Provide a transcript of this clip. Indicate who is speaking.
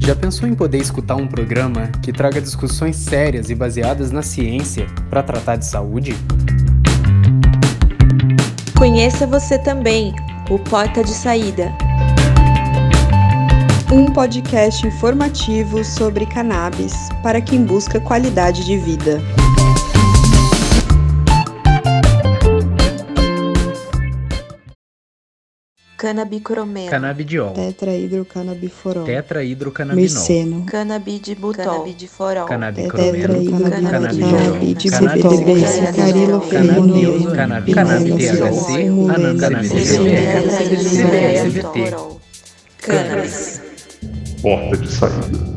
Speaker 1: Já pensou em poder escutar um programa que traga discussões sérias e baseadas na ciência para tratar de saúde?
Speaker 2: Conheça você também, o Porta de Saída.
Speaker 3: Um podcast informativo sobre cannabis para quem busca qualidade de vida.
Speaker 2: Canabicromeno.
Speaker 1: Canabidiol.
Speaker 3: Tetrahidrocanabiforol.
Speaker 1: Tetrahidrocannabinol.
Speaker 3: Merceno.
Speaker 2: Canabidibutol. Canabidiforol.
Speaker 1: Canabicromeno.
Speaker 3: Tetraídrocanabidiol.
Speaker 1: Cannabidiol.
Speaker 3: Carilo,
Speaker 1: Cannabis,
Speaker 3: Cannabis,
Speaker 1: THC,
Speaker 3: Cannabis,
Speaker 1: anam, cannabis,
Speaker 3: Cannabis,
Speaker 1: CBD, CBD, CBD.
Speaker 2: Cannabis.
Speaker 4: Porta de saída.